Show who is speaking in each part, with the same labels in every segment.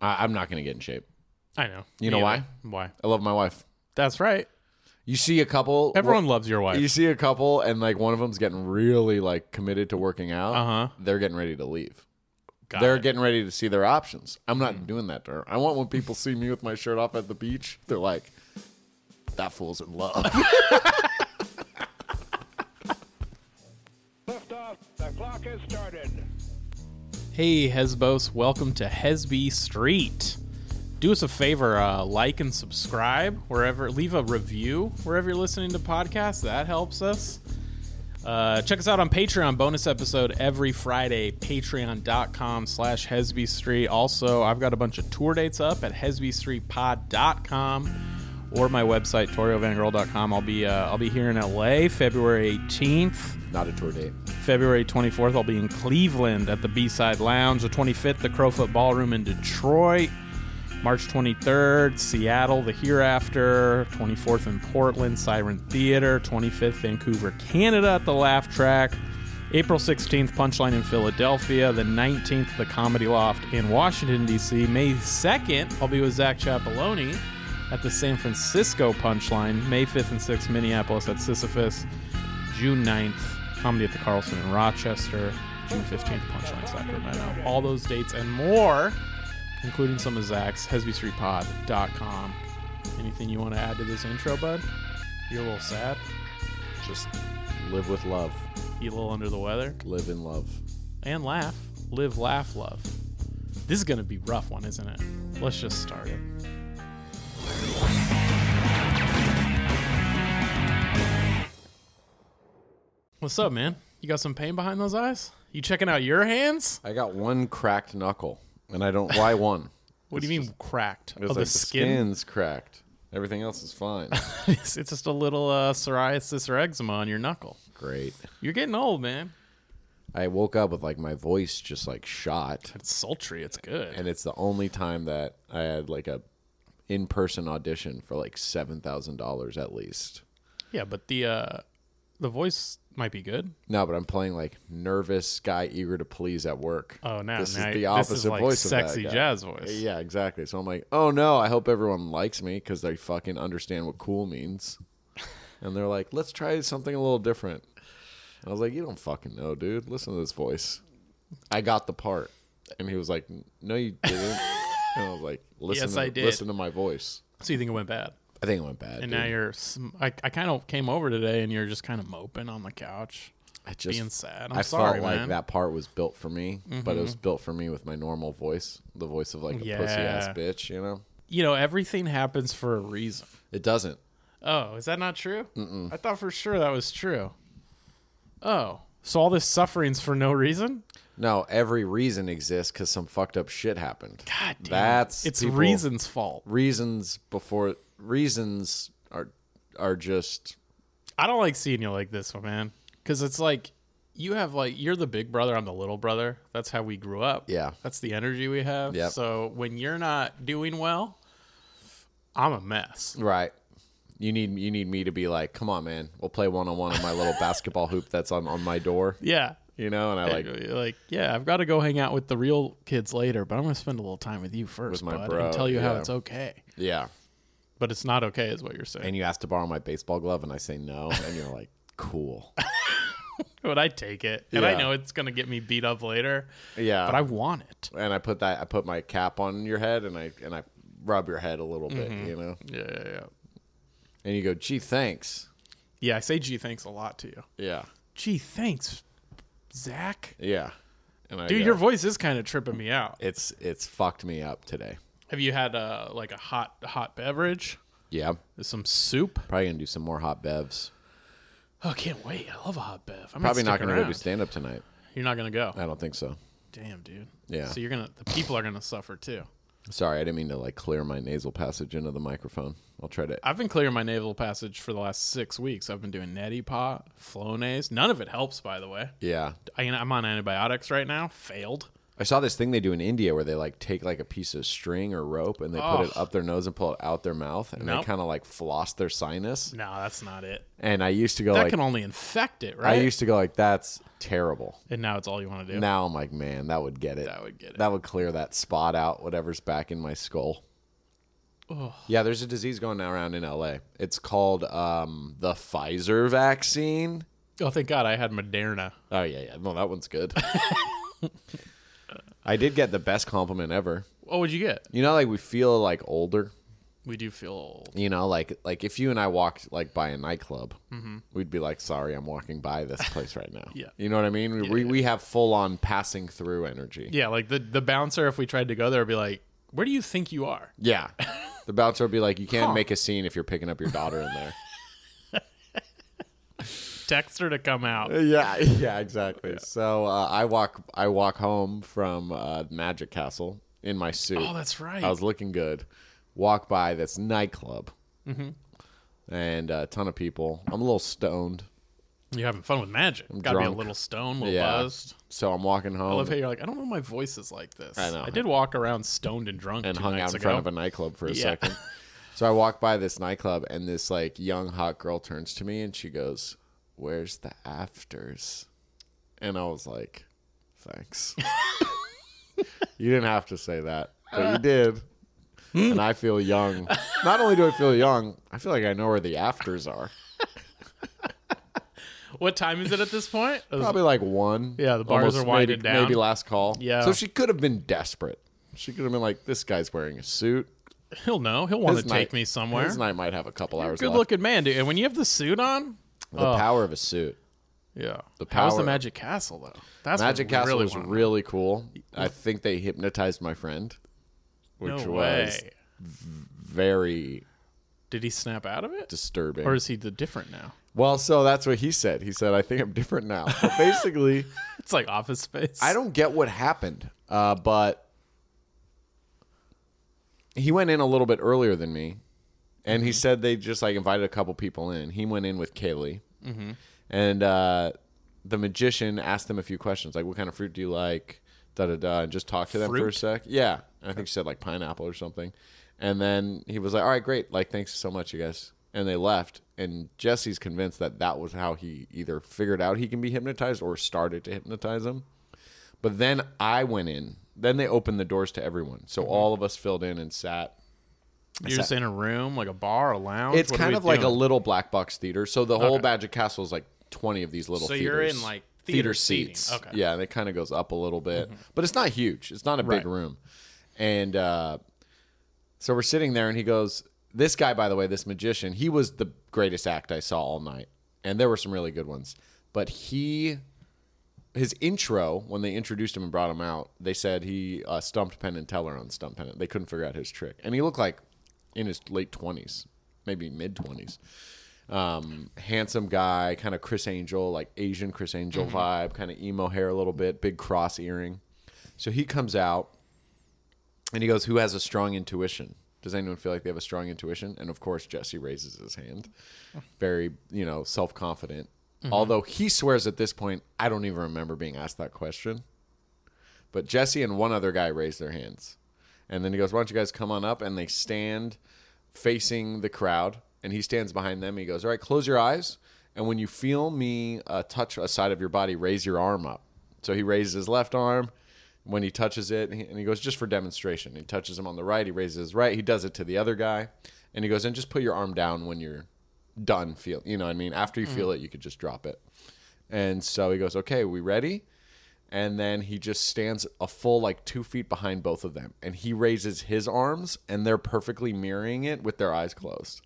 Speaker 1: I, I'm not going to get in shape.
Speaker 2: I know.
Speaker 1: You know
Speaker 2: Me
Speaker 1: why?
Speaker 2: either. Why?
Speaker 1: I love my wife.
Speaker 2: That's right.
Speaker 1: You see a couple.
Speaker 2: Everyone loves your wife.
Speaker 1: You see a couple, and like one of them's getting really like committed to working out.
Speaker 2: Uh-huh.
Speaker 1: They're getting ready to leave.
Speaker 2: Got
Speaker 1: they're
Speaker 2: it. Mm.
Speaker 1: getting ready to see their options. I'm not doing that to her. I want when people see me with my shirt off at the beach, they're like, "That fool's in love."
Speaker 3: Liftoff. The clock has started.
Speaker 2: Hey, Hesbos, welcome to Hesby Street. Do us a favor, uh, like and subscribe wherever, leave a review wherever you're listening to podcasts. That helps us. Uh, check us out on Patreon, bonus episode every Friday, patreon.com slash Hesby Street. Also, I've got a bunch of tour dates up at hesbystreetpod.com or my website, toriovangirl.com. I'll be, uh, I'll be here in LA February 18th.
Speaker 1: not a tour date.
Speaker 2: February 24th, I'll be in Cleveland at the B Side Lounge. The 25th, the Crowfoot Ballroom in Detroit. March 23rd, Seattle, the Hereafter. 24th in Portland, Siren Theater. 25th, Vancouver, Canada at the Laugh Track. April 16th, Punchline in Philadelphia. The 19th, the Comedy Loft in Washington, D.C. May 2nd, I'll be with Zach Chapeloni at the San Francisco Punchline. May 5th and 6th, Minneapolis at Sisyphus. June 9th, comedy at the Carlson in Rochester. June 15th, Punchline Sacramento. All those dates and more, including some of Zach's, HesbyStreetPod.com. Anything you want to add to this intro, bud? You're a little sad?
Speaker 1: Just live with love,
Speaker 2: You a little under the weather?
Speaker 1: live in love.
Speaker 2: And laugh. Live, laugh, love. This is going to be rough one, isn't it? Let's just start it. What's up, man? You got some pain behind those eyes? You checking out your hands?
Speaker 1: I got one cracked knuckle, and I don't. Why one?
Speaker 2: What do you mean cracked? Oh,
Speaker 1: It's like
Speaker 2: the skin?
Speaker 1: skin's cracked. Everything else is fine.
Speaker 2: it's it's just a little uh, psoriasis or eczema on your knuckle.
Speaker 1: Great.
Speaker 2: You're getting old, man.
Speaker 1: I woke up with like my voice just like shot,
Speaker 2: It's sultry. It's good.
Speaker 1: and it's the only time that I had like a in-person audition for like seven thousand dollars at least.
Speaker 2: yeah, but the uh, the voice might be good.
Speaker 1: No, but I'm playing like nervous guy eager to please at work.
Speaker 2: Oh, now
Speaker 1: this
Speaker 2: now
Speaker 1: is
Speaker 2: you-
Speaker 1: the opposite
Speaker 2: this is like
Speaker 1: voice of that
Speaker 2: sexy
Speaker 1: guy.
Speaker 2: jazz voice.
Speaker 1: Yeah, exactly. So I'm like, oh no, I hope everyone likes me because they fucking understand what cool means, and they're like, let's try something a little different. I was like, you don't fucking know, dude. Listen to this voice. I got the part, and he was like, no, you didn't. and I was like, listen,
Speaker 2: Yes,
Speaker 1: to,
Speaker 2: I did.
Speaker 1: listen to my voice.
Speaker 2: So you think it went bad?
Speaker 1: I think it went bad. dude.
Speaker 2: And now you're. sm- I, I kind of came over today, and you're just kind of moping on the couch,
Speaker 1: I just
Speaker 2: being sad. I'm
Speaker 1: I
Speaker 2: sorry,
Speaker 1: felt like
Speaker 2: man. Mm-hmm.
Speaker 1: that part was built for me, but it was built for me with my normal voice, the voice of like a pussy ass
Speaker 2: Yeah.
Speaker 1: bitch, you know?
Speaker 2: You know, everything happens for a reason.
Speaker 1: It doesn't.
Speaker 2: Oh, is that not true? I thought for sure that was true. Oh, so all this suffering's for no reason?
Speaker 1: No, every reason exists because some fucked up shit happened.
Speaker 2: God damn. it.
Speaker 1: That's
Speaker 2: it's
Speaker 1: people-
Speaker 2: reason's fault.
Speaker 1: Reasons before reasons are are just
Speaker 2: I don't like seeing you like this, man, because it's like you have like you're the big brother, I'm the little brother. That's how we grew up.
Speaker 1: Yeah.
Speaker 2: that's the energy we have.
Speaker 1: Yep.
Speaker 2: So when you're not doing well, I'm a mess.
Speaker 1: right. You need you need me to be like, come on, man, we'll play one on one on my little basketball hoop that's on on my door,
Speaker 2: Yeah.
Speaker 1: you know. And I like
Speaker 2: Like, like, yeah, I've got to go hang out with the real kids later, but I'm gonna spend a little time with you first,
Speaker 1: my
Speaker 2: bud,
Speaker 1: bro,
Speaker 2: and tell you how
Speaker 1: yeah.
Speaker 2: it's okay.
Speaker 1: yeah.
Speaker 2: But it's not okay, is what you're saying.
Speaker 1: And you ask to borrow my baseball glove, and I say no, and you're like, cool.
Speaker 2: but I take it, and I
Speaker 1: Yeah. Uh,
Speaker 2: know it's gonna get me beat up later,
Speaker 1: Yeah,
Speaker 2: but I want it.
Speaker 1: and I put that I put my cap on your head and I and I rub your head a little bit,
Speaker 2: Mm-hmm.
Speaker 1: you know.
Speaker 2: Yeah, yeah, yeah.
Speaker 1: And you go, "Gee, thanks."
Speaker 2: Yeah, I say gee thanks a lot to you.
Speaker 1: Yeah.
Speaker 2: Gee thanks, Zach.
Speaker 1: Yeah. And I
Speaker 2: Dude,
Speaker 1: go,
Speaker 2: your voice is kind of tripping me out.
Speaker 1: it's it's fucked me up today.
Speaker 2: Have you had uh, like a hot hot beverage?
Speaker 1: Yeah.
Speaker 2: Some soup?
Speaker 1: Probably going to do some more hot bevs.
Speaker 2: Oh, can't wait! I love a hot bev. I'm
Speaker 1: Probably not
Speaker 2: going
Speaker 1: going to do stand up tonight.
Speaker 2: You're not going to go.
Speaker 1: I don't think so.
Speaker 2: Damn, dude.
Speaker 1: Uh, Yeah.
Speaker 2: So you're gonna the people are gonna suffer too.
Speaker 1: Sorry, I didn't mean to like clear my nasal passage into the microphone. I'll try to
Speaker 2: I've been clearing my naval passage for the last six weeks. I've been doing neti pot, Flonase. None of it helps, by the way.
Speaker 1: Yeah.
Speaker 2: I, I'm on antibiotics right now. Failed.
Speaker 1: I saw this thing they do in India where they like take like a piece of string or rope and they put it
Speaker 2: Ugh.
Speaker 1: up their nose and pull it out their mouth and
Speaker 2: Nope.
Speaker 1: they kind of like floss their sinus.
Speaker 2: No, that's not it.
Speaker 1: And I used to go
Speaker 2: That
Speaker 1: like
Speaker 2: can only infect it,
Speaker 1: I
Speaker 2: right?
Speaker 1: used to go like that's terrible.
Speaker 2: and now it's all you want to do.
Speaker 1: Now I'm like, man, that would get it.
Speaker 2: That would get it.
Speaker 1: That would clear that spot out, whatever's back in my skull. Yeah, there's a disease going around in LA. It's called um, the Pfizer vaccine.
Speaker 2: Oh, thank God I had Moderna.
Speaker 1: Oh yeah, yeah. No, that one's good. I did get the best compliment ever.
Speaker 2: What would you get?
Speaker 1: You know, like we feel like older.
Speaker 2: We do feel old.
Speaker 1: You know, like like if you and I walked like by a nightclub, we'd be like, "Sorry, I'm walking by this place right now."
Speaker 2: Mm-hmm. Yeah.
Speaker 1: you know what I mean. We we, we have full on passing through energy.
Speaker 2: Yeah, like the, the bouncer, if we tried to go there, would be like, where do you think you are?
Speaker 1: Yeah. The bouncer would be like, you can't make a scene if you're picking up your daughter in there.
Speaker 2: Text her to come out.
Speaker 1: yeah, yeah, exactly. So uh, I walk, I walk home from uh, Magic Castle in my suit.
Speaker 2: Oh, that's right.
Speaker 1: I was looking good. Walk by this nightclub,
Speaker 2: Mm-hmm.
Speaker 1: and a ton of people. I'm a little stoned.
Speaker 2: You're having fun with magic. Gotta be a
Speaker 1: drunk.
Speaker 2: little stone, a little
Speaker 1: Yeah.
Speaker 2: buzzed.
Speaker 1: So I'm walking home.
Speaker 2: I love how you're like, I don't know my voice is like this. I
Speaker 1: know.
Speaker 2: I did walk around stoned and drunk
Speaker 1: and
Speaker 2: two
Speaker 1: hung out
Speaker 2: nights
Speaker 1: in
Speaker 2: ago.
Speaker 1: front of a nightclub for a
Speaker 2: Yeah.
Speaker 1: second. So I walk by this nightclub, and this like young hot girl turns to me and she goes, "Where's the afters?" And I was like, "Thanks." you didn't have to say that, but you did. And I feel young. Not only do I feel young, I feel like I know where the afters are.
Speaker 2: What time is it at this point? It was-
Speaker 1: Probably like one.
Speaker 2: Yeah, the bars
Speaker 1: almost
Speaker 2: are winding
Speaker 1: maybe,
Speaker 2: down.
Speaker 1: Maybe last call.
Speaker 2: Yeah.
Speaker 1: So she could have been desperate. She could have been like, "This guy's wearing a suit.
Speaker 2: he'll know. He'll want to
Speaker 1: His night-
Speaker 2: take me somewhere.
Speaker 1: His night might have a couple hours.
Speaker 2: Good
Speaker 1: left.
Speaker 2: looking man, dude. And when you have the suit on,
Speaker 1: The
Speaker 2: Oh.
Speaker 1: power of a suit.
Speaker 2: yeah. The
Speaker 1: power
Speaker 2: How's the
Speaker 1: of-
Speaker 2: Magic Castle though? That's what
Speaker 1: Magic
Speaker 2: we
Speaker 1: Castle
Speaker 2: really
Speaker 1: was
Speaker 2: wanna-
Speaker 1: really cool. I think they hypnotized my friend,
Speaker 2: no
Speaker 1: which was
Speaker 2: way.
Speaker 1: very
Speaker 2: Did he snap out of it,
Speaker 1: disturbing.
Speaker 2: or is he the different now?
Speaker 1: well, so that's what he said. He said, "I think I'm different now." But basically,
Speaker 2: It's like Office Space.
Speaker 1: I don't get what happened, uh, but he went in a little bit earlier than me, and he said they just like invited a couple people in. He went in with Kaylee, and uh, the magician asked them a few questions, like what kind of fruit do you like, da da da, and just talk to them for a
Speaker 2: Fruit?
Speaker 1: sec. Yeah, And I think she said like pineapple or something, and then he was like, "All right, great, like thanks so much, you guys." And they left, and Jesse's convinced that that was how he either figured out he can be hypnotized or started to hypnotize him. But then I went in. Then they opened the doors to everyone. So all of us filled in and sat.
Speaker 2: You're just in a room, like a bar, a lounge.
Speaker 1: It's
Speaker 2: What are
Speaker 1: kind
Speaker 2: we
Speaker 1: of like a
Speaker 2: doing?
Speaker 1: little black box theater. So the whole
Speaker 2: Okay.
Speaker 1: Magic Castle is like 20 of these little
Speaker 2: So
Speaker 1: theaters.
Speaker 2: you're in, like, theater seating.
Speaker 1: seats.
Speaker 2: Okay. Mm-hmm.
Speaker 1: Yeah, and it kind of goes up a little bit. But it's not huge. It's not a big
Speaker 2: Right.
Speaker 1: room. And uh, so we're sitting there and he goes, this guy, by the way, this magician, he was the greatest act I saw all night. And there were some really good ones. But he his intro when they introduced him and brought him out, they said he uh, stumped Penn and Teller on Stump Penn. They couldn't figure out his trick, and he looked like in his late twenties, maybe mid twenties. Um, handsome guy, kind of Chris Angel, like Asian Chris Angel vibe, kind of emo hair a little bit, big cross earring. So he comes out and he goes, "Who has a strong intuition? Does anyone feel like they have a strong intuition?" And of course, Jesse raises his hand, very you know self confident. Although he swears at this point, I don't even remember being asked that question. But Jesse and one other guy raise their hands, and then he goes, "Why don't you guys come on up?" And they stand facing the crowd, and he stands behind them. He goes, "All right, close your eyes, and when you feel me uh, touch a side of your body, raise your arm up." So he raises his left arm when he touches it, and he, and he goes, "Just for demonstration." He touches him on the right. He raises his right. He does it to the other guy, and he goes, "And just put your arm down when you're done. Feel you know what I mean? After you feel it, you could just drop it." And so he goes, "Okay, we ready?" and then he just stands a full like two feet behind both of them and he raises his arms and they're perfectly mirroring it with their eyes closed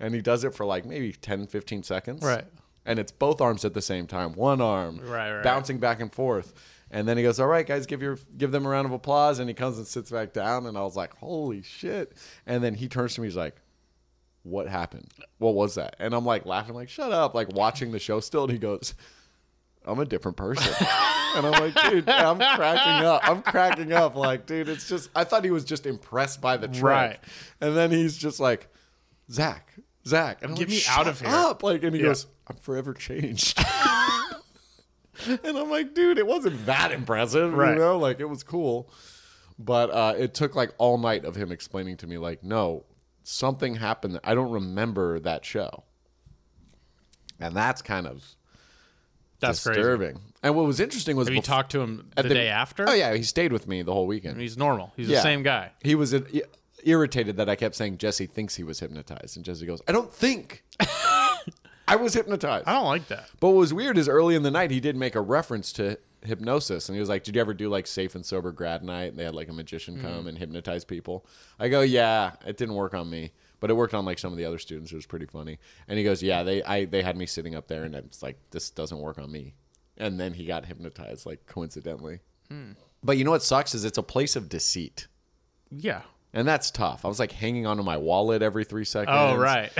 Speaker 1: and he does it for like maybe 10 15 seconds
Speaker 2: Right.
Speaker 1: and it's both arms at the same time one arm
Speaker 2: Right, right.
Speaker 1: bouncing back and forth and then he goes all right guys give your give them a round of applause and he comes and sits back down and i was like holy shit and then he turns to me he's like what happened what was that and i'm like laughing like shut up like watching the show still and he goes I'm a different person. and I'm like, dude, I'm cracking up. I'm cracking up. Like, dude, it's just, I thought he was just impressed by the trick.
Speaker 2: Right.
Speaker 1: And then he's just like, Zach, Zach. And I'm
Speaker 2: Get
Speaker 1: like,
Speaker 2: me out
Speaker 1: "Shut
Speaker 2: of here."
Speaker 1: Up. Like, and he
Speaker 2: Yeah.
Speaker 1: goes, I'm forever changed. and I'm like, dude, it wasn't that impressive,
Speaker 2: Right.
Speaker 1: you know? Like it was cool, but uh, it took like all night of him explaining to me, like, no, something happened. that- I don't remember that show, and that's kind of
Speaker 2: That's crazy.
Speaker 1: disturbing. And what was interesting was
Speaker 2: Have you
Speaker 1: bef-
Speaker 2: talked to him the,
Speaker 1: at
Speaker 2: day after?
Speaker 1: Oh yeah, he stayed with me the whole weekend.
Speaker 2: He's normal. He's the
Speaker 1: Yeah.
Speaker 2: same guy.
Speaker 1: He was uh, i- irritated that I kept saying Jesse thinks he was hypnotized, and Jesse goes, "I don't think." I was hypnotized.
Speaker 2: I don't like that.
Speaker 1: But what was weird is early in the night he did make a reference to hypnosis, and he was like, "Did you ever do like safe and sober grad night?" And they had like a magician
Speaker 2: Mm-hmm.
Speaker 1: come and hypnotize people. I go, "Yeah, it didn't work on me, but it worked on like some of the other students. It was pretty funny." And he goes, "Yeah, they I they had me sitting up there, and it's like this doesn't work on me." And then he got hypnotized, like coincidentally.
Speaker 2: Hmm.
Speaker 1: But you know what sucks is it's a place of deceit.
Speaker 2: Yeah.
Speaker 1: And that's tough. I was like hanging onto my wallet every three seconds.
Speaker 2: Oh right.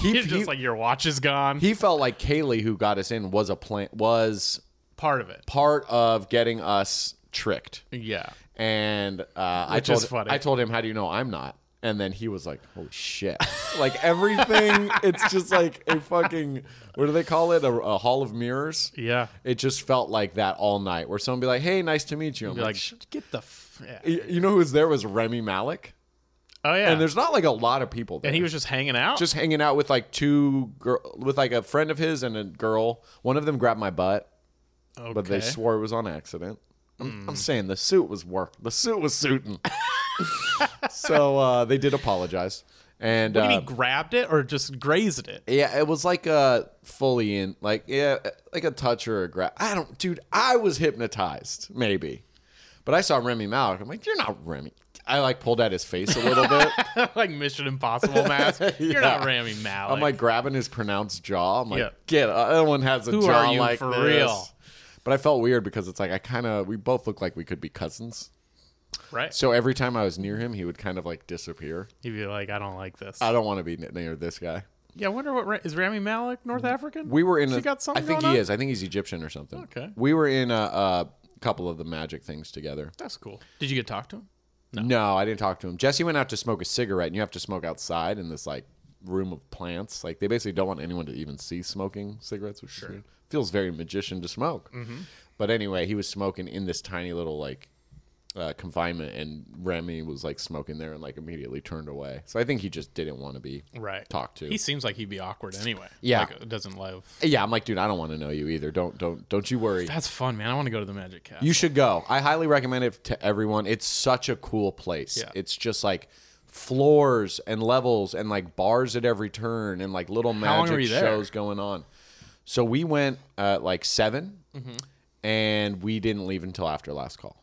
Speaker 1: He,
Speaker 2: He's
Speaker 1: he-
Speaker 2: just like your watch is gone.
Speaker 1: he felt like Kaylee, who got us in, was a plan was
Speaker 2: Part of it.
Speaker 1: part of getting us tricked.
Speaker 2: Yeah.
Speaker 1: And uh, I
Speaker 2: Which is
Speaker 1: told
Speaker 2: funny.
Speaker 1: I told him, "How do you know I'm not?" And then he was like, "Holy shit!" like everything, it's just like a fucking what do they call it? A, a hall of mirrors.
Speaker 2: Yeah.
Speaker 1: It just felt like that all night, where someone be like, "Hey, nice to meet you." I'm
Speaker 2: Be
Speaker 1: like,
Speaker 2: like,
Speaker 1: "Sh-
Speaker 2: get the. F-. Yeah.
Speaker 1: y- you know who was there was Remy Malik,
Speaker 2: Oh yeah.
Speaker 1: and there's not like a lot of people there.
Speaker 2: and he was just hanging out.
Speaker 1: just hanging out with like two girl with like a friend of his and a girl. One of them grabbed my butt,
Speaker 2: okay. Hmm.
Speaker 1: but they swore it was on accident. I'm, I'm saying the suit was work. The suit was suiting. so uh, they did apologize, and
Speaker 2: You mean
Speaker 1: uh,
Speaker 2: grabbed it or just grazed it?
Speaker 1: yeah, it was like uh fully in, like yeah, like a touch or a grab. I don't, dude. I was hypnotized, maybe, but I saw Remy Malik. I'm like, you're not Remy. I like pulled at his face a little bit.
Speaker 2: like Mission Impossible mask. You're not
Speaker 1: Yeah.
Speaker 2: Rami Malik.
Speaker 1: I'm like grabbing his pronounced jaw. I'm like,
Speaker 2: Yeah.
Speaker 1: get no one has a
Speaker 2: Who
Speaker 1: jaw
Speaker 2: are you
Speaker 1: like
Speaker 2: for
Speaker 1: this.
Speaker 2: real?
Speaker 1: But I felt weird because it's like I kind of we both look like we could be cousins.
Speaker 2: right?
Speaker 1: So every time I was near him, he would kind of like disappear.
Speaker 2: You'd be like, I don't like this.
Speaker 1: I don't want to be n- near this guy.
Speaker 2: yeah, I wonder what Ra- is Rami Malik North African?
Speaker 1: We were in.
Speaker 2: Has
Speaker 1: a-
Speaker 2: he got
Speaker 1: I
Speaker 2: something
Speaker 1: think
Speaker 2: going
Speaker 1: he
Speaker 2: on?
Speaker 1: is. I think he's Egyptian or something.
Speaker 2: Okay.
Speaker 1: We were in a, a couple of the magic things together.
Speaker 2: That's cool. Did you get to talk to him?
Speaker 1: No. I didn't talk to him. Jesse went out to smoke a cigarette, and you have to smoke outside in this like room of plants. Like they basically don't want anyone to even see smoking cigarettes, which is weird. feels very magician to smoke. But anyway, he was smoking in this tiny little like uh, confinement, and Remy was like smoking there and like immediately turned away. So I think he just didn't want to be
Speaker 2: Right.
Speaker 1: talked to.
Speaker 2: He seems like he'd be awkward anyway.
Speaker 1: Yeah.
Speaker 2: Like, doesn't love.
Speaker 1: yeah, I'm like, dude, I don't want to know you either. Don't don't don't you worry.
Speaker 2: That's fun, man. I want to go to the Magic Castle.
Speaker 1: You should go. I highly recommend it to everyone. It's such a cool place.
Speaker 2: Yeah.
Speaker 1: It's just like floors and levels and like bars at every turn and like little
Speaker 2: How long were
Speaker 1: magic
Speaker 2: you there?
Speaker 1: shows going on. So we went at like 7
Speaker 2: Mm-hmm.
Speaker 1: and we didn't leave until after last call.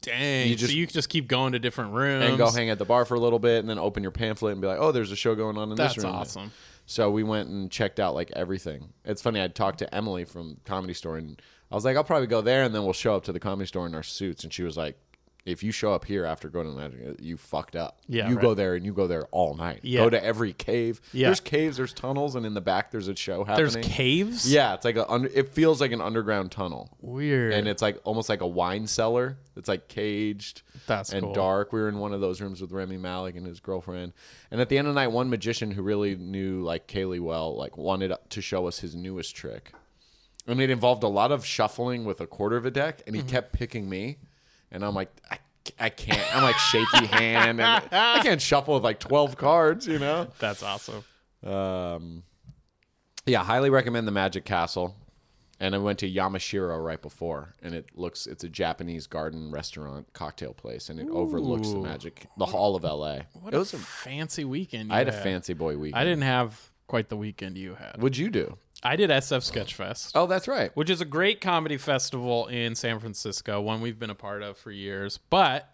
Speaker 2: Dang.
Speaker 1: you just-
Speaker 2: so you could just keep going to different rooms
Speaker 1: And go hang at the bar for a little bit and then open your pamphlet and be like, oh, there's a show going on in
Speaker 2: That's
Speaker 1: this room.
Speaker 2: awesome.
Speaker 1: So we went and checked out like everything. It's funny. I talked to Emily from Comedy Store, and I was like, "I'll probably go there, and then we'll show up to the Comedy Store in our suits." And she was like, "If you show up here after going to the Magic, uh, you fucked up.
Speaker 2: Yeah,
Speaker 1: you go
Speaker 2: right.
Speaker 1: there and you go there all night.
Speaker 2: Yeah.
Speaker 1: Go to every cave.
Speaker 2: Yeah.
Speaker 1: There's caves, there's tunnels, and in the back there's a show happening.
Speaker 2: There's caves?
Speaker 1: Yeah, it's like a. Under, it feels like an underground tunnel.
Speaker 2: Weird.
Speaker 1: And it's like almost like a wine cellar. It's like caged
Speaker 2: That's
Speaker 1: and
Speaker 2: cool.
Speaker 1: dark. We were in one of those rooms with Remy Malik and his girlfriend. And at the end of the night, one magician who really knew like Kaylee well, like wanted to show us his newest trick. And it involved a lot of shuffling with a quarter of a deck, and he
Speaker 2: Mm-hmm.
Speaker 1: kept picking me. And I'm like, I, I can't. I'm like shaky hand, and I can't shuffle with like 12 cards, you know?
Speaker 2: That's awesome.
Speaker 1: Um, yeah, highly recommend the Magic Castle. And I went to Yamashiro right before, and it looks it's a Japanese garden restaurant cocktail place, and it overlooks the Magic, the Hall of L.A.
Speaker 2: What
Speaker 1: It was.
Speaker 2: a
Speaker 1: A,
Speaker 2: fancy weekend. You
Speaker 1: I had a fancy boy weekend.
Speaker 2: I didn't have quite the weekend you had.
Speaker 1: What'd you do?
Speaker 2: I did SF Sketchfest.
Speaker 1: Oh, that's right.
Speaker 2: which is a great comedy festival in San Francisco, one we've been a part of for years, but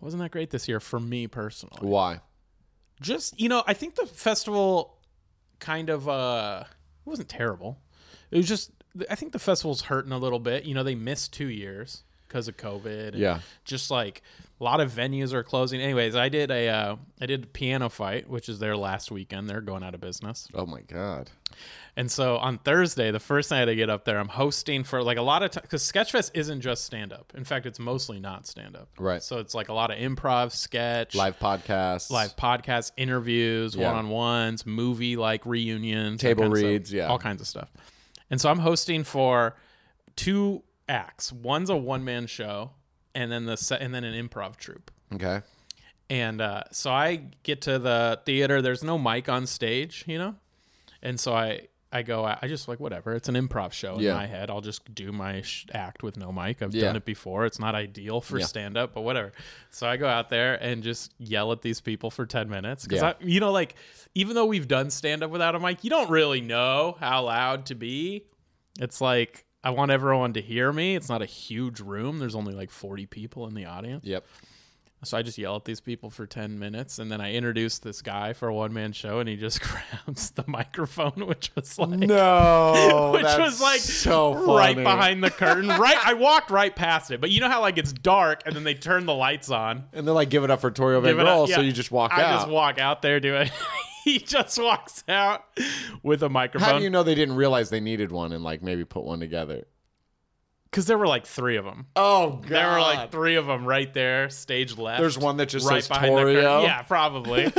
Speaker 2: wasn't that great this year for me personally.
Speaker 1: Why?
Speaker 2: Just, you know, I think the festival kind of uh it wasn't terrible. It was just I think the festival's hurting a little bit. You know, they missed 2 years because of COVID. and
Speaker 1: Yeah.
Speaker 2: Just like a lot of venues are closing. Anyways, I did a uh, I did Piano Fight, which is their last weekend. They're going out of business.
Speaker 1: Oh my God.
Speaker 2: And so on Thursday, the first night I get up there, I'm hosting for like a lot of time because Sketchfest isn't just stand up. In fact, it's mostly not stand up.
Speaker 1: Right.
Speaker 2: So it's like a lot of improv, sketch,
Speaker 1: Live podcasts.
Speaker 2: live podcasts, interviews,
Speaker 1: Yeah.
Speaker 2: one on ones, movie like reunions, that
Speaker 1: Table
Speaker 2: kind of stuff.
Speaker 1: reads, yeah.
Speaker 2: all kinds of stuff. And so I'm hosting for two acts. One's a one man show, and then the se- and then an improv troupe.
Speaker 1: Okay.
Speaker 2: And uh, so I get to the theater. There's no mic on stage, you know, and so I I go. I I just like whatever. It's an improv show in
Speaker 1: Yeah.
Speaker 2: my head. I'll just do my sh- act with no mic. I've
Speaker 1: Yeah.
Speaker 2: done it before. It's not ideal for
Speaker 1: Yeah.
Speaker 2: stand up, but whatever. So I go out there and just yell at these people for ten minutes because
Speaker 1: Yeah.
Speaker 2: I, you know, like even though we've done stand up without a mic, you don't really know how loud to be. It's like. I want everyone to hear me. It's not a huge room. There's only like 40 people in the audience.
Speaker 1: Yep.
Speaker 2: So I just yell at these people for 10 minutes and then I introduce this guy for a one man show and he just grabs the microphone, which was like.
Speaker 1: No,
Speaker 2: Which
Speaker 1: that's
Speaker 2: was like
Speaker 1: so
Speaker 2: right
Speaker 1: funny.
Speaker 2: behind the curtain. right, I walked right past it, but you know how like it's dark and then they turn the lights on.
Speaker 1: and they're like, give it up for Torio Van
Speaker 2: Give it up.
Speaker 1: Grohl, so
Speaker 2: Yeah.
Speaker 1: you just walk
Speaker 2: I
Speaker 1: out.
Speaker 2: just walk out there, do it. he just walks out with
Speaker 1: How do
Speaker 2: a
Speaker 1: you
Speaker 2: microphone
Speaker 1: know they didn't realize they needed one and like maybe put one together?
Speaker 2: because there were like three of them.
Speaker 1: Oh god,
Speaker 2: There were like three of them right there, stage left.
Speaker 1: There's one that just
Speaker 2: right
Speaker 1: says
Speaker 2: behind the curtain.
Speaker 1: Torio.
Speaker 2: Yeah, probably.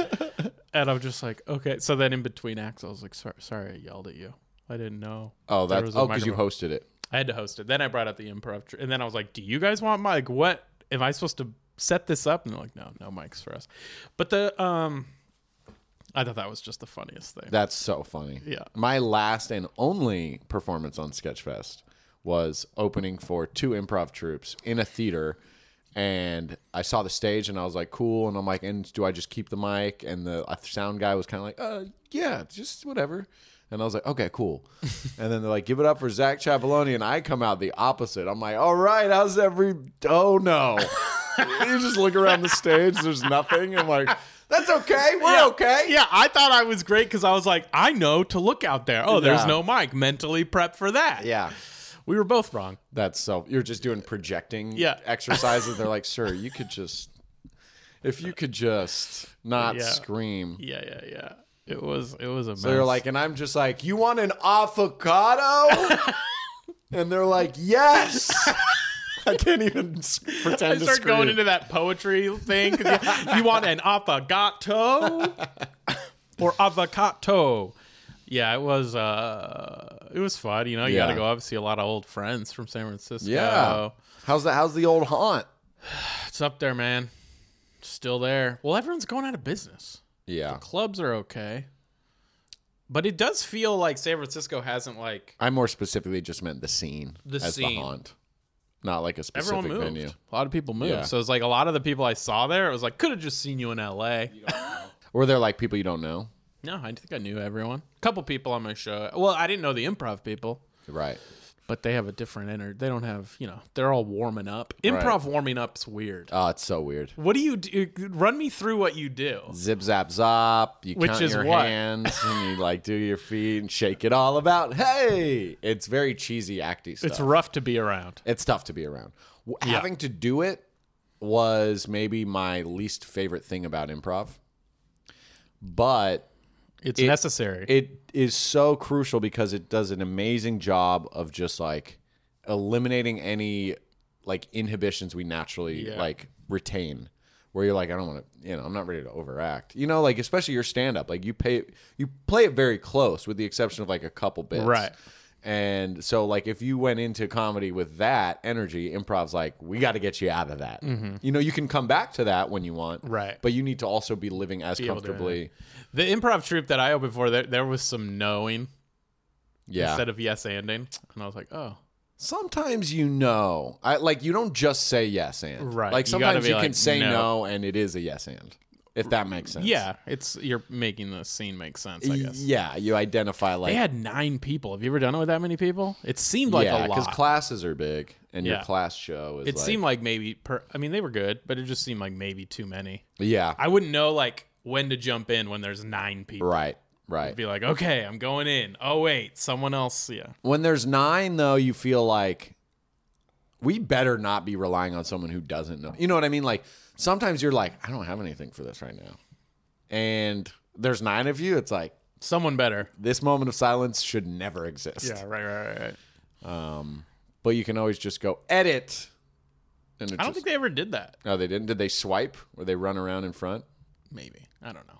Speaker 2: and I'm just like, okay. So then in between acts, I was like, sorry, sorry, I yelled at you. I didn't know.
Speaker 1: Oh,
Speaker 2: there
Speaker 1: that's
Speaker 2: was a
Speaker 1: oh because you
Speaker 2: microphone.
Speaker 1: hosted it.
Speaker 2: I had to host it. Then I brought out the improv, tr- and then I was like, do you guys want Mike? What am I supposed to set this up? And they're like, no, no mics for us. But the um, I thought that was just the funniest thing.
Speaker 1: That's so funny.
Speaker 2: Yeah.
Speaker 1: My last and only performance on Sketchfest was opening for two improv troops in a theater. And I saw the stage and I was like, cool. And I'm like, and do I just keep the mic? And the uh, sound guy was kind of like, uh, yeah, just whatever. And I was like, okay, cool. and then they're like, give it up for Zach Chapeloni. And I come out the opposite. I'm like, all right, how's every. Oh, no. you just look around the stage, there's nothing. I'm like, that's okay. We're
Speaker 2: yeah,
Speaker 1: okay.
Speaker 2: Yeah, I thought I was great because I was like, I know to look out there. Oh, there's
Speaker 1: Yeah.
Speaker 2: no mic. Mentally prep for that.
Speaker 1: Yeah.
Speaker 2: We were both wrong.
Speaker 1: That's so you're just doing projecting
Speaker 2: Yeah.
Speaker 1: exercises. They're like, sir, you could just if you could just not
Speaker 2: Yeah.
Speaker 1: scream.
Speaker 2: Yeah, yeah, yeah. It was it was a mess.
Speaker 1: So you're like, and I'm just like, you want an avocado? and they're like, yes. I can't even s- pretend
Speaker 2: I
Speaker 1: to
Speaker 2: start
Speaker 1: scream.
Speaker 2: going into that poetry thing. 'cause You, you want an avocado or avocado? Yeah, it was. uh It was fun. You know, you got to
Speaker 1: Yeah.
Speaker 2: go up see a lot of old friends from San Francisco.
Speaker 1: yeah. How's the how's the old haunt?
Speaker 2: it's up there, man. Still there. Well, everyone's going out of business.
Speaker 1: Yeah.
Speaker 2: Clubs are okay, but it does feel like San Francisco hasn't like
Speaker 1: I more specifically just meant the scene
Speaker 2: The
Speaker 1: as
Speaker 2: scene.
Speaker 1: the haunt. Not like a specific
Speaker 2: everyone moved.
Speaker 1: venue.
Speaker 2: A lot of people moved,
Speaker 1: Yeah.
Speaker 2: so it's like a lot of the people I saw there. It was like could have just seen you in L.A.
Speaker 1: Or they're like people you don't know.
Speaker 2: No, I think I knew everyone. A couple people on my show. Well, I didn't know the improv people,
Speaker 1: Right.
Speaker 2: but they have a different energy. They don't have, you know, they're all warming up. Improv warming up's weird.
Speaker 1: Oh, it's so weird.
Speaker 2: What do you do? Run me through what you do.
Speaker 1: zip zap zop. You
Speaker 2: Which
Speaker 1: count
Speaker 2: is
Speaker 1: your
Speaker 2: what?
Speaker 1: hands and you like do your feet and shake it all about. Hey, it's very cheesy acty stuff.
Speaker 2: It's rough to be around.
Speaker 1: It's tough to be around. W- Having to do it was maybe my least favorite thing about improv, but
Speaker 2: It's necessary.
Speaker 1: it is so crucial because it does an amazing job of just like eliminating any like inhibitions we naturally
Speaker 2: Yeah.
Speaker 1: like retain where you're like i don't want to you know i'm not ready to overact you know like especially your stand up like you pay you play it very close with the exception of like a couple bits
Speaker 2: Right.
Speaker 1: and so like if you went into comedy with that energy improv's like we got to get you out of that you know you can come back to that when you want
Speaker 2: Mm-hmm. Right.
Speaker 1: but you need to also be living as
Speaker 2: able to-
Speaker 1: comfortably
Speaker 2: the improv troupe that I opened for, there, there was some knowing
Speaker 1: yeah
Speaker 2: instead of yes anding. And I was like, oh.
Speaker 1: Sometimes you know, I like you don't just say yes and
Speaker 2: Right.
Speaker 1: Like
Speaker 2: You gotta
Speaker 1: sometimes
Speaker 2: be
Speaker 1: you, can
Speaker 2: like,
Speaker 1: say
Speaker 2: no.
Speaker 1: no. and it is a yes and, if that makes sense.
Speaker 2: Yeah, it's you're making the scene make sense, I guess.
Speaker 1: yeah. You identify like
Speaker 2: They had nine people. Have you ever done it with that many people? It seemed like
Speaker 1: yeah,
Speaker 2: a lot.
Speaker 1: classes are big and
Speaker 2: Yeah.
Speaker 1: your class show is.
Speaker 2: it
Speaker 1: like,
Speaker 2: seemed like maybe per, I mean they were good, but it just seemed like maybe too many.
Speaker 1: yeah,
Speaker 2: I wouldn't know like when to jump in when there's nine people.
Speaker 1: right, right.
Speaker 2: I'd be like, okay, I'm going in. Oh wait, someone else. Yeah,
Speaker 1: When there's nine though, you feel like we better not be relying on someone who doesn't know. You know what I mean? Like sometimes you're like, I don't have anything for this right now, and there's nine of you. It's like
Speaker 2: someone better.
Speaker 1: this moment of silence should never exist.
Speaker 2: right, right, right.
Speaker 1: but you can always just go edit. And it
Speaker 2: I don't
Speaker 1: just-
Speaker 2: think they ever did that.
Speaker 1: no, they didn't. Did they swipe or they run around in front?
Speaker 2: Maybe I don't know.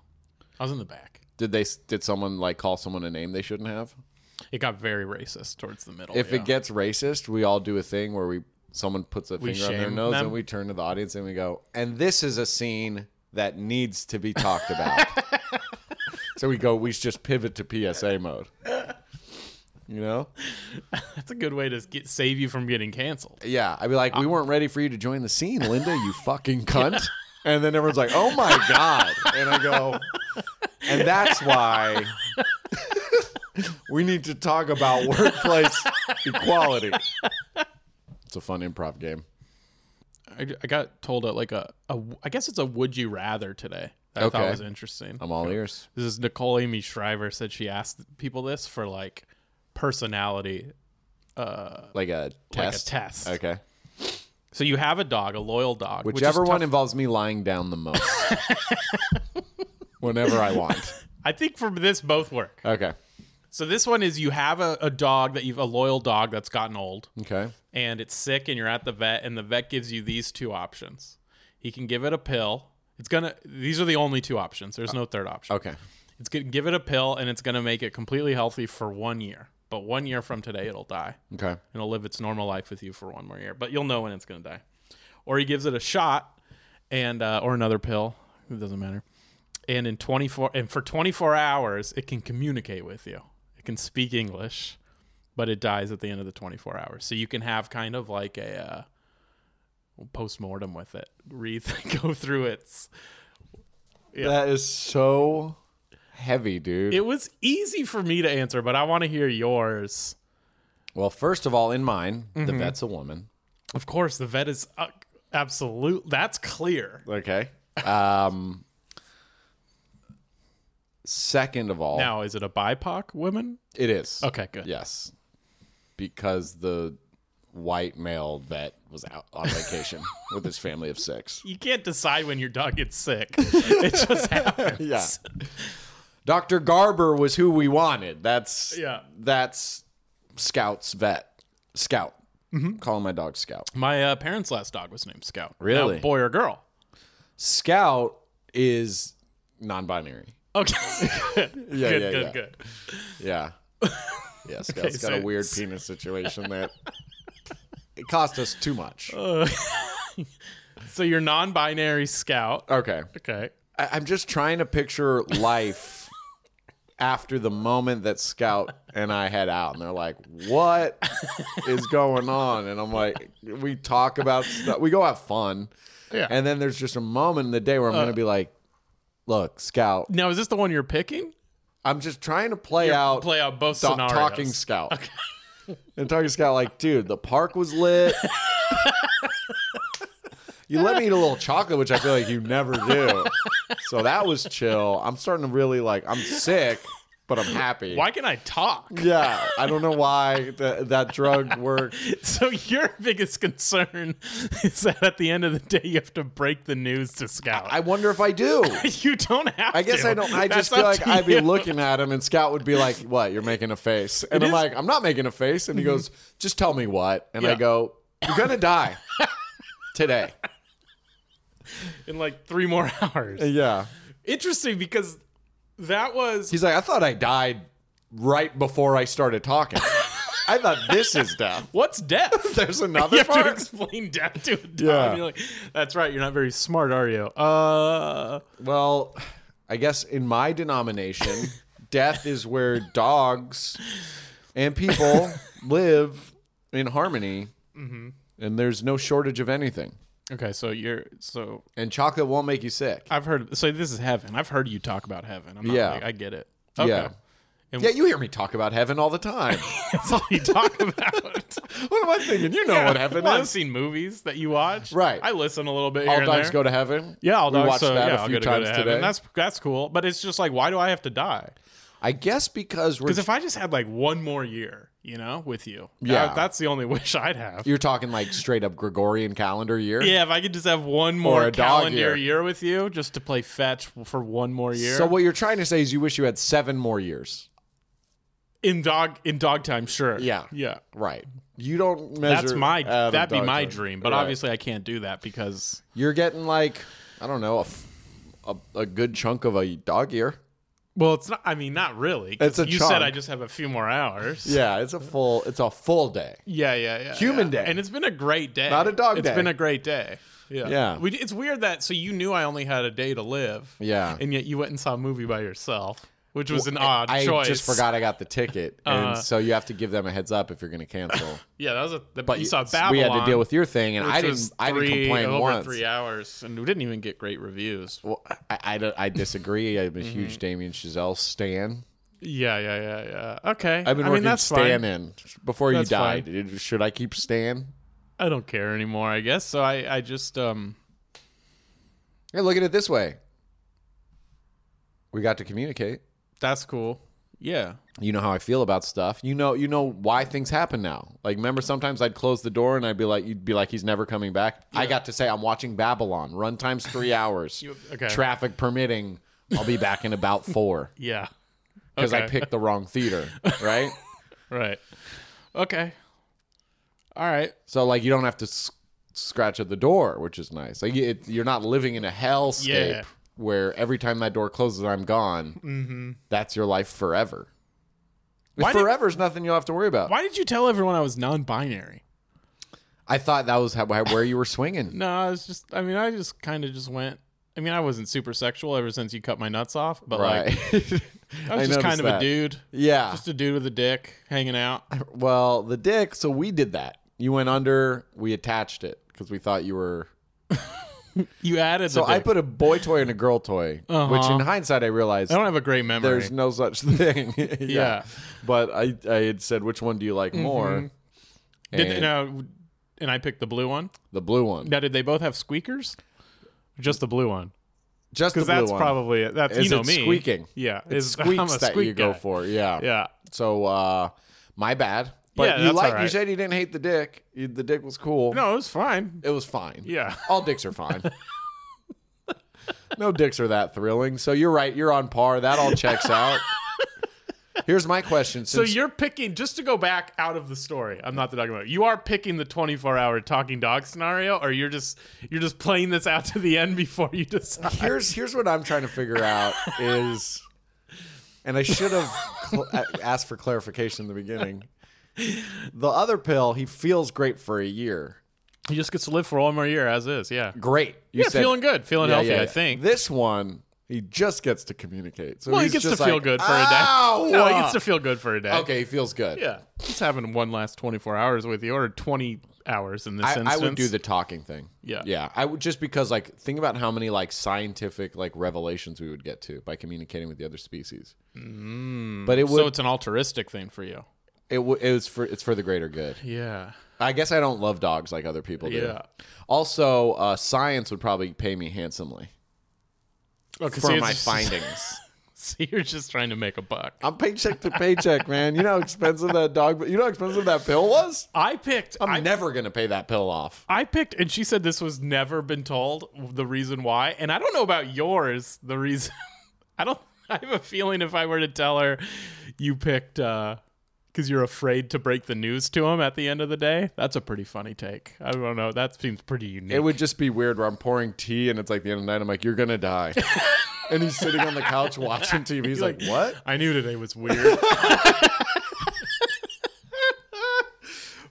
Speaker 2: I was in the back.
Speaker 1: Did they? Did someone like call someone a name they shouldn't have?
Speaker 2: It got very racist towards the middle.
Speaker 1: If
Speaker 2: Oh, yeah.
Speaker 1: it gets racist, we all do a thing where we someone puts a
Speaker 2: We
Speaker 1: finger on their
Speaker 2: shame
Speaker 1: nose
Speaker 2: them?
Speaker 1: and we turn to the audience and we go, and this is a scene that needs to be talked about. so we go, we just pivot to PSA mode. You know?
Speaker 2: that's a good way to get save you from getting canceled.
Speaker 1: Yeah. I'd be like,
Speaker 2: Uh,
Speaker 1: we weren't ready for you to join the scene, Linda, you fucking cunt. And then everyone's like, oh my God. And I go, and that's why we need to talk about workplace equality. It's a fun improv game.
Speaker 2: I, I got told at like a, a I guess it's a would you rather today. That I thought
Speaker 1: Okay.
Speaker 2: was interesting.
Speaker 1: I'm all ears.
Speaker 2: This is Nicole Amy Shriver said she asked people this for like personality.
Speaker 1: Like a test.
Speaker 2: test.
Speaker 1: Okay.
Speaker 2: So you have a dog, a loyal dog, which is
Speaker 1: Whichever one
Speaker 2: tough-
Speaker 1: involves me lying down the most. Whenever I want.
Speaker 2: I think for this both work.
Speaker 1: Okay.
Speaker 2: So this one is you have a, a dog that you've a loyal dog that's gotten old
Speaker 1: Okay.
Speaker 2: and it's sick and you're at the vet and the vet gives you these two options. He can give it a pill. It's gonna these are the only two options. There's no third option.
Speaker 1: Okay.
Speaker 2: It's gonna give it a pill and it's gonna make it completely healthy for one year. But one year from today it'll die.
Speaker 1: Okay.
Speaker 2: and it'll live its normal life with you for one more year. But you'll know when it's going to die. Or he gives it a shot and uh, or another pill. It doesn't matter. And in 24 and for 24 hours, it can communicate with you. It can speak English, but it dies at the end of the 24 hours. So you can have kind of like a uh, post mortem with it. Read, go through its.
Speaker 1: That is so heavy, dude.
Speaker 2: It was easy for me to answer, but I want to hear yours.
Speaker 1: well, first of all, in mine,
Speaker 2: Mm-hmm.
Speaker 1: the vet's a woman.
Speaker 2: Of course, the vet is uh, absolute. That's clear.
Speaker 1: Okay. Um second of all,
Speaker 2: Now, is it a BIPOC woman?
Speaker 1: it is.
Speaker 2: Okay, good.
Speaker 1: Yes. Because the white male vet was out on vacation with his family of six.
Speaker 2: You can't decide when your dog gets sick. it just happens.
Speaker 1: Yeah. Dr. Garber was who we wanted. That's
Speaker 2: Yeah.
Speaker 1: That's Scout's vet. Scout.
Speaker 2: Mm-hmm.
Speaker 1: Calling my dog Scout.
Speaker 2: My uh, parents' last dog was named Scout. Now,
Speaker 1: Really?
Speaker 2: boy or girl?
Speaker 1: Scout is non-binary.
Speaker 2: Okay. good,
Speaker 1: Yeah, yeah,
Speaker 2: good,
Speaker 1: yeah.
Speaker 2: good.
Speaker 1: Yeah. Yeah, Scout's got
Speaker 2: so
Speaker 1: a weird
Speaker 2: it's-
Speaker 1: penis situation that it cost us too much.
Speaker 2: Oh. So you're non-binary Scout.
Speaker 1: Okay.
Speaker 2: Okay.
Speaker 1: I- I'm just trying to picture life after the moment that Scout and I head out, and they're like, "What is going on?" And I'm like, "We talk about stuff. We go have fun."
Speaker 2: Yeah. Uh.
Speaker 1: And then there's just a moment in the day where I'm gonna be like, "Look, Scout,
Speaker 2: Now, is this the one you're picking?
Speaker 1: I'm just trying to play out
Speaker 2: Play out both
Speaker 1: ta-
Speaker 2: scenarios.
Speaker 1: talking Scout." and talking Scout, like, dude, the park was lit. You let me eat a little chocolate, which I feel like you never do. So that was chill. I'm starting to really like. I'm sick, but I'm happy.
Speaker 2: Why can I talk?
Speaker 1: Yeah, I don't know why that that drug worked.
Speaker 2: So your biggest concern is that at the end of the day, you have to break the news to Scout.
Speaker 1: I wonder if I do.
Speaker 2: you don't have.
Speaker 1: I guess
Speaker 2: to.
Speaker 1: I don't. I
Speaker 2: That's
Speaker 1: just feel
Speaker 2: up
Speaker 1: like
Speaker 2: to
Speaker 1: I'd be
Speaker 2: you.
Speaker 1: looking at him, and Scout would be like, "What? You're making a face?" And I'm
Speaker 2: is- Mm-hmm.
Speaker 1: like, "I'm not making a face." And he goes, "Just tell me what." And
Speaker 2: Yeah.
Speaker 1: I go, "You're gonna die today."
Speaker 2: in like three more hours.
Speaker 1: Yeah.
Speaker 2: Interesting because that was
Speaker 1: He's like, "I thought I died right before I started talking. I thought this is death."
Speaker 2: what's death.
Speaker 1: There's
Speaker 2: you
Speaker 1: another
Speaker 2: have to
Speaker 1: part.
Speaker 2: explain death to a dog.
Speaker 1: Yeah.
Speaker 2: You're like, that's right. You're not very smart, are you? Uh,
Speaker 1: Well, I guess in my denomination, death is where dogs and people live in harmony,
Speaker 2: Mm-hmm.
Speaker 1: and there's no shortage of anything.
Speaker 2: okay. So you're so
Speaker 1: And chocolate won't make you sick.
Speaker 2: I've heard. So this is heaven. I've heard you talk about heaven. I'm not
Speaker 1: Yeah.
Speaker 2: like, I get it. Okay.
Speaker 1: Yeah. Yeah, you hear me talk about heaven all the time.
Speaker 2: That's all you talk about.
Speaker 1: what am I thinking? You know what heaven
Speaker 2: Well, I've
Speaker 1: is.
Speaker 2: seen movies that you watch.
Speaker 1: Right.
Speaker 2: I listen a little bit.
Speaker 1: All
Speaker 2: here and
Speaker 1: dogs
Speaker 2: there.
Speaker 1: go to heaven.
Speaker 2: Yeah, all
Speaker 1: we
Speaker 2: dogs.
Speaker 1: watched
Speaker 2: so,
Speaker 1: that
Speaker 2: yeah,
Speaker 1: a
Speaker 2: I'll
Speaker 1: few
Speaker 2: go to go to
Speaker 1: times
Speaker 2: heaven.
Speaker 1: today.
Speaker 2: That's that's cool. But it's just like, why do I have to die?
Speaker 1: I guess because we're
Speaker 2: Because if I just had like one more year, you know, with you,
Speaker 1: Yeah.
Speaker 2: that- that's the only wish I'd have.
Speaker 1: You're talking like straight up Gregorian calendar year.
Speaker 2: Yeah, if I could just have one more
Speaker 1: a dog
Speaker 2: calendar year.
Speaker 1: year.
Speaker 2: with you, just to play fetch for one more year.
Speaker 1: So what you're trying to say is you wish you had seven more years.
Speaker 2: in dog in dog time, sure.
Speaker 1: Yeah.
Speaker 2: yeah.
Speaker 1: Right. You don't measure.
Speaker 2: That's my
Speaker 1: out of
Speaker 2: that'd be
Speaker 1: dog
Speaker 2: my
Speaker 1: time.
Speaker 2: dream, but
Speaker 1: Right.
Speaker 2: obviously I can't do that because
Speaker 1: you're getting like I don't know a f- a, a good chunk of a dog year.
Speaker 2: Well, it's not. I mean, not really. 'cause
Speaker 1: It's a
Speaker 2: you said
Speaker 1: chunk.
Speaker 2: I just have a few more hours.
Speaker 1: Yeah, it's a full it's a full day.
Speaker 2: yeah, yeah, yeah.
Speaker 1: Human
Speaker 2: yeah.
Speaker 1: day.
Speaker 2: and it's been a great day.
Speaker 1: Not a dog
Speaker 2: It's
Speaker 1: day.
Speaker 2: been a great day. Yeah,
Speaker 1: Yeah.
Speaker 2: We, it's weird that so you knew I only had a day to live.
Speaker 1: Yeah.
Speaker 2: and yet you went and saw a movie by yourself, which was an odd
Speaker 1: I
Speaker 2: choice.
Speaker 1: just forgot I got the ticket, and
Speaker 2: Uh.
Speaker 1: so you have to give them a heads up if you're going to cancel.
Speaker 2: Yeah, that was a. The,
Speaker 1: But
Speaker 2: you saw
Speaker 1: so
Speaker 2: Babylon.
Speaker 1: we had to deal with your thing, and
Speaker 2: which
Speaker 1: I didn't.
Speaker 2: was
Speaker 1: I didn't
Speaker 2: three-
Speaker 1: complain
Speaker 2: over
Speaker 1: once.
Speaker 2: Three hours, and we didn't even get great reviews.
Speaker 1: Well, I, I, don't- I disagree. I'm a huge Damien Chazelle stan.
Speaker 2: Yeah, yeah, yeah, yeah. Okay,
Speaker 1: I've been
Speaker 2: I mean,
Speaker 1: working
Speaker 2: that's
Speaker 1: stan
Speaker 2: fine.
Speaker 1: in before
Speaker 2: That's
Speaker 1: you died.
Speaker 2: fine.
Speaker 1: Did- Should I keep stan?
Speaker 2: I don't care anymore, I guess. So I, I just um.
Speaker 1: Hey, look at it this way. We got to communicate.
Speaker 2: That's cool. Yeah.
Speaker 1: You know how I feel about stuff. You know, you know why things happen now. Like, remember, sometimes I'd close the door and I'd be like, "You'd be like, he's never coming back." I got to say, I'm watching Babylon. Run times three hours.
Speaker 2: okay.
Speaker 1: Traffic permitting, I'll be back in about four
Speaker 2: Yeah.
Speaker 1: because I
Speaker 2: Okay.
Speaker 1: picked the wrong theater. Right.
Speaker 2: Right. Okay. All right.
Speaker 1: So like you don't have to s- scratch at the door, which is nice. Like it, you're not living in a hellscape
Speaker 2: Yeah.
Speaker 1: where every time that door closes, I'm gone. Mm-hmm. That's your life forever.
Speaker 2: Why did-
Speaker 1: Forever is nothing you'll have to worry about.
Speaker 2: Why did you tell everyone I was non-binary?
Speaker 1: I thought that was how, where you were swinging.
Speaker 2: No, I was just. I mean, I just kind of just went. I mean, I wasn't super sexual ever since you cut my nuts off, but
Speaker 1: right.
Speaker 2: like I was just
Speaker 1: noticed
Speaker 2: kind of a
Speaker 1: that.
Speaker 2: dude,
Speaker 1: Yeah.
Speaker 2: just a dude with a dick hanging out.
Speaker 1: Well, the dick. So we did that. You went under. We attached it because we thought you were.
Speaker 2: You added.
Speaker 1: So
Speaker 2: the
Speaker 1: I
Speaker 2: dick.
Speaker 1: put a boy toy and a girl toy, which in hindsight Uh-huh. I realized
Speaker 2: I don't have a great memory.
Speaker 1: There's no such thing. yeah. Mm-hmm.
Speaker 2: Yeah.
Speaker 1: But I, I had said, which one do you like more?
Speaker 2: Did
Speaker 1: And
Speaker 2: no, and I picked the blue one.
Speaker 1: the blue one.
Speaker 2: Now, did they both have squeakers? Or Just the blue one,
Speaker 1: Just the blue
Speaker 2: because that's
Speaker 1: one.
Speaker 2: probably it. That's
Speaker 1: Is
Speaker 2: you know
Speaker 1: it
Speaker 2: me.
Speaker 1: squeaking?
Speaker 2: Yeah,
Speaker 1: It's
Speaker 2: is-
Speaker 1: squeaks
Speaker 2: I'm a
Speaker 1: that
Speaker 2: squeak
Speaker 1: you go
Speaker 2: guy.
Speaker 1: for. Yeah.
Speaker 2: Yeah,
Speaker 1: So, uh, my bad. But
Speaker 2: Yeah,
Speaker 1: you
Speaker 2: that's
Speaker 1: like
Speaker 2: all right.
Speaker 1: you said you didn't hate the dick. You, the dick was cool.
Speaker 2: no, it was fine.
Speaker 1: it was fine.
Speaker 2: Yeah.
Speaker 1: all dicks are fine. no dicks are that thrilling. So you're right. You're on par. That all checks out. Here's my question.
Speaker 2: So
Speaker 1: Since
Speaker 2: you're picking just to go back out of the story. I'm not the documentary. You are picking the 24 hour talking dog scenario, or you're just you're just playing this out to the end before you decide.
Speaker 1: here's here's what I'm trying to figure out is, and I should have cl- a- asked for clarification in the beginning. The other pill, he feels great for a year.
Speaker 2: He just gets to live for one more year as is. Yeah,
Speaker 1: Great, you
Speaker 2: yeah, feeling good, feeling
Speaker 1: Yeah,
Speaker 2: healthy.
Speaker 1: yeah,
Speaker 2: I
Speaker 1: yeah.
Speaker 2: think.
Speaker 1: this one he just gets to communicate. So
Speaker 2: well, he
Speaker 1: he's
Speaker 2: gets to
Speaker 1: just
Speaker 2: feel
Speaker 1: like,
Speaker 2: good for a
Speaker 1: "Ow!"
Speaker 2: day. No, he gets to feel good for a day.
Speaker 1: okay, he feels good.
Speaker 2: Yeah, just having one last 24 hours with you, or 20 hours in this
Speaker 1: I,
Speaker 2: instance.
Speaker 1: I would do the talking thing.
Speaker 2: Yeah.
Speaker 1: yeah. I would just because like think about how many like scientific like revelations we would get to by communicating with the other species. But it would
Speaker 2: Mm. So it's an altruistic thing for you.
Speaker 1: it, w- it was for it's for the greater good.
Speaker 2: Yeah.
Speaker 1: I guess I don't love dogs like other people do.
Speaker 2: Yeah.
Speaker 1: Also, uh, science would probably pay me handsomely
Speaker 2: Okay,
Speaker 1: for
Speaker 2: so
Speaker 1: my
Speaker 2: it's-
Speaker 1: findings.
Speaker 2: so you're just trying to make a buck.
Speaker 1: I'm paycheck to paycheck, man. You know how expensive that dog. You know how expensive that pill was.
Speaker 2: I picked.
Speaker 1: I'm
Speaker 2: I,
Speaker 1: never gonna pay that pill off.
Speaker 2: I picked, and she said this was never been told the reason why. And I don't know about yours. The reason I don't. I have a feeling if I were to tell her you picked because you're afraid to break the news to him at the end of the day, that's a pretty funny take. I don't know. That seems pretty unique.
Speaker 1: It would just be weird where I'm pouring tea and it's like the end of the night. I'm like, you're gonna die, and he's sitting on the couch watching TV. He's like, what?
Speaker 2: I knew today was weird.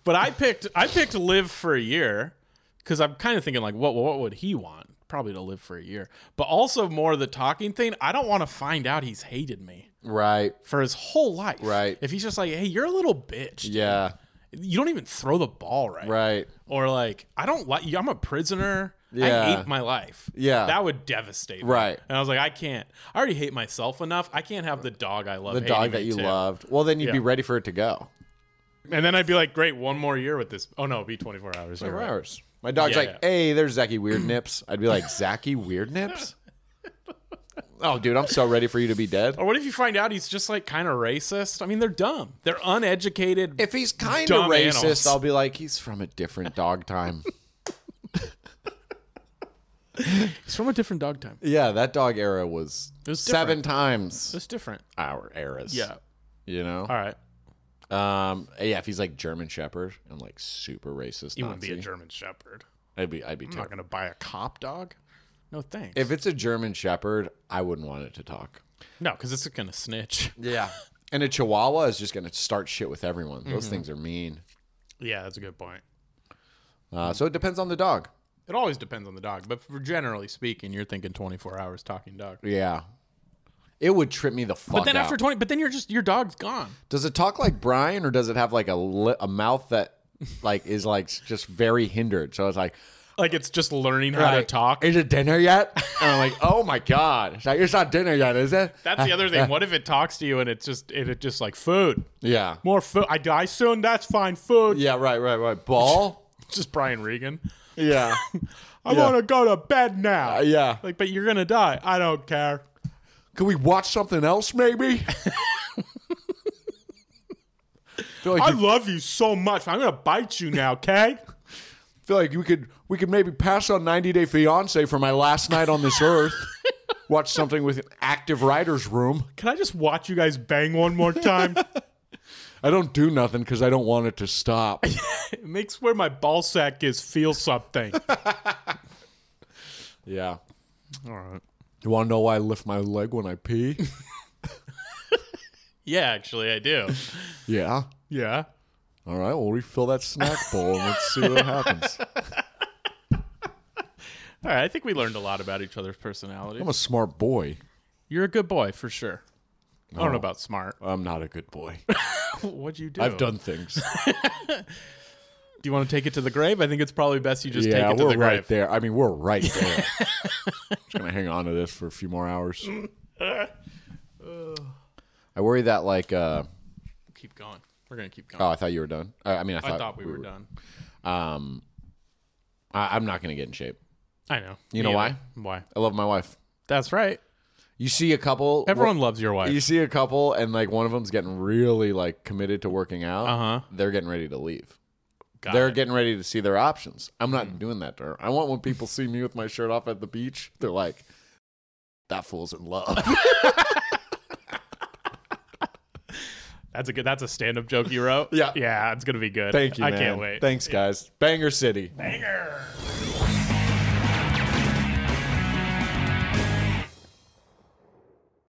Speaker 2: but I picked I picked live for a year because I'm kind of thinking like what what would he want? Probably to live for a year. But also more the talking thing. I don't want to find out he's hated me
Speaker 1: Right.
Speaker 2: for his whole life.
Speaker 1: Right.
Speaker 2: If he's just like, hey, you're a little bitch.
Speaker 1: Yeah.
Speaker 2: You don't even throw the ball right.
Speaker 1: Right.
Speaker 2: Or like, I don't like you. I'm a prisoner. I
Speaker 1: Yeah.
Speaker 2: hate my life.
Speaker 1: Yeah.
Speaker 2: That would devastate me.
Speaker 1: Right.
Speaker 2: And I was like, I can't. I already hate myself enough. I can't have the dog I love.
Speaker 1: The
Speaker 2: hating
Speaker 1: dog
Speaker 2: me
Speaker 1: that you
Speaker 2: too.
Speaker 1: loved. Well, then you'd be
Speaker 2: Yeah.
Speaker 1: ready for it to go.
Speaker 2: And then I'd be like, great, one more year with this. Oh no, it'd be 24 hours. You're right.
Speaker 1: hours. My dog's
Speaker 2: Yeah,
Speaker 1: like,
Speaker 2: yeah.
Speaker 1: hey, there's Zachy Weird Nips. I'd be like, Zachy Weird Nips? oh, dude, I'm so ready for you to be dead.
Speaker 2: Or what if you find out he's just like kind of racist? I mean, they're dumb. They're uneducated.
Speaker 1: If he's kind of
Speaker 2: Dumb
Speaker 1: racist,
Speaker 2: animals.
Speaker 1: I'll be like, he's from a different dog time.
Speaker 2: It's from a different dog time.
Speaker 1: yeah, that dog era was,
Speaker 2: was
Speaker 1: seven
Speaker 2: different.
Speaker 1: times
Speaker 2: It's different.
Speaker 1: our eras.
Speaker 2: Yeah.
Speaker 1: You know?
Speaker 2: All right.
Speaker 1: Um, yeah, if he's like German Shepherd and like super racist. Nazi,
Speaker 2: You wouldn't be a German Shepherd.
Speaker 1: I'd be, I'd be
Speaker 2: I'm not
Speaker 1: terrified.
Speaker 2: going to buy a cop dog. No thanks.
Speaker 1: If it's a German Shepherd, I wouldn't want it to talk.
Speaker 2: no, because it's gonna snitch.
Speaker 1: Yeah. And a Chihuahua is just going to start shit with everyone.
Speaker 2: Mm-hmm.
Speaker 1: Those things are mean.
Speaker 2: Yeah, that's a good point. Mm-hmm.
Speaker 1: Uh, so it depends on the dog.
Speaker 2: It always depends on the dog, but for generally speaking, you're thinking 24 hours talking dog.
Speaker 1: Yeah. It would trip me the fuck
Speaker 2: But then
Speaker 1: out.
Speaker 2: after 20, but then you're just your dog's gone.
Speaker 1: does it talk like Brian or does it have like a li- a mouth that like is like just very hindered? So it's like
Speaker 2: Like it's just learning how to
Speaker 1: like,
Speaker 2: talk.
Speaker 1: Is it dinner yet? And I'm like, oh my god, it's, like, it's not dinner yet, is it?
Speaker 2: That's the other thing. What if it talks to you and it's just it, it just like food,
Speaker 1: yeah,
Speaker 2: more food. I die soon. That's fine. Food.
Speaker 1: yeah, right, right, right. Ball.
Speaker 2: Just Brian Regan.
Speaker 1: yeah,
Speaker 2: I
Speaker 1: Yeah.
Speaker 2: want to go to bed now.
Speaker 1: Uh, yeah.
Speaker 2: Like, but you're gonna die. I don't care.
Speaker 1: Can we watch something else, maybe? feel like
Speaker 2: I
Speaker 1: you,
Speaker 2: love you so much. I'm gonna bite you now. Okay.
Speaker 1: feel like we could we could maybe pass on 90 Day Fiance for my last night on this earth. watch something with an active writer's room.
Speaker 2: Can I just watch you guys bang one more time?
Speaker 1: I don't do nothing because I don't want it to stop.
Speaker 2: it makes where my ball sack is feel something.
Speaker 1: yeah.
Speaker 2: All right.
Speaker 1: You want to know why I lift my leg when I pee?
Speaker 2: Yeah, actually, I do.
Speaker 1: yeah.
Speaker 2: Yeah.
Speaker 1: All right, we'll refill that snack bowl and let's see what happens.
Speaker 2: All right. I think we learned a lot about each other's personalities.
Speaker 1: I'm a smart boy.
Speaker 2: You're a good boy for sure. I
Speaker 1: Oh.
Speaker 2: don't know about smart.
Speaker 1: I'm not a good boy.
Speaker 2: What'd you do?
Speaker 1: I've done things.
Speaker 2: Do you want to take it to the grave? I think it's probably best you just
Speaker 1: yeah,
Speaker 2: take it to
Speaker 1: we're
Speaker 2: the
Speaker 1: right
Speaker 2: grave.
Speaker 1: there. I mean, we're right there. Just gonna hang on to this for a few more hours. I worry that like. Uh,
Speaker 2: Keep going. We're gonna keep going.
Speaker 1: oh, I thought you were done. I, I mean, I
Speaker 2: I
Speaker 1: thought,
Speaker 2: thought we, were, done.
Speaker 1: Um, I, I'm not gonna get in shape.
Speaker 2: I know.
Speaker 1: You know
Speaker 2: Me
Speaker 1: why?
Speaker 2: either. Why?
Speaker 1: I love my wife.
Speaker 2: That's right.
Speaker 1: You see a couple.
Speaker 2: Everyone loves your wife.
Speaker 1: You see a couple, and like one of them's getting really like committed to working out.
Speaker 2: Uh-huh.
Speaker 1: They're getting ready to leave.
Speaker 2: Got
Speaker 1: they're
Speaker 2: it. Mm.
Speaker 1: getting ready to see their options. I'm not doing that to her. I want when people see me with my shirt off at the beach, they're like, "That fool's in love."
Speaker 2: That's a good. That's a stand-up joke you wrote.
Speaker 1: Yeah.
Speaker 2: Yeah, it's gonna be good.
Speaker 1: Thank you.
Speaker 2: I
Speaker 1: man.
Speaker 2: can't wait.
Speaker 1: Thanks, guys. Banger City.
Speaker 2: Banger.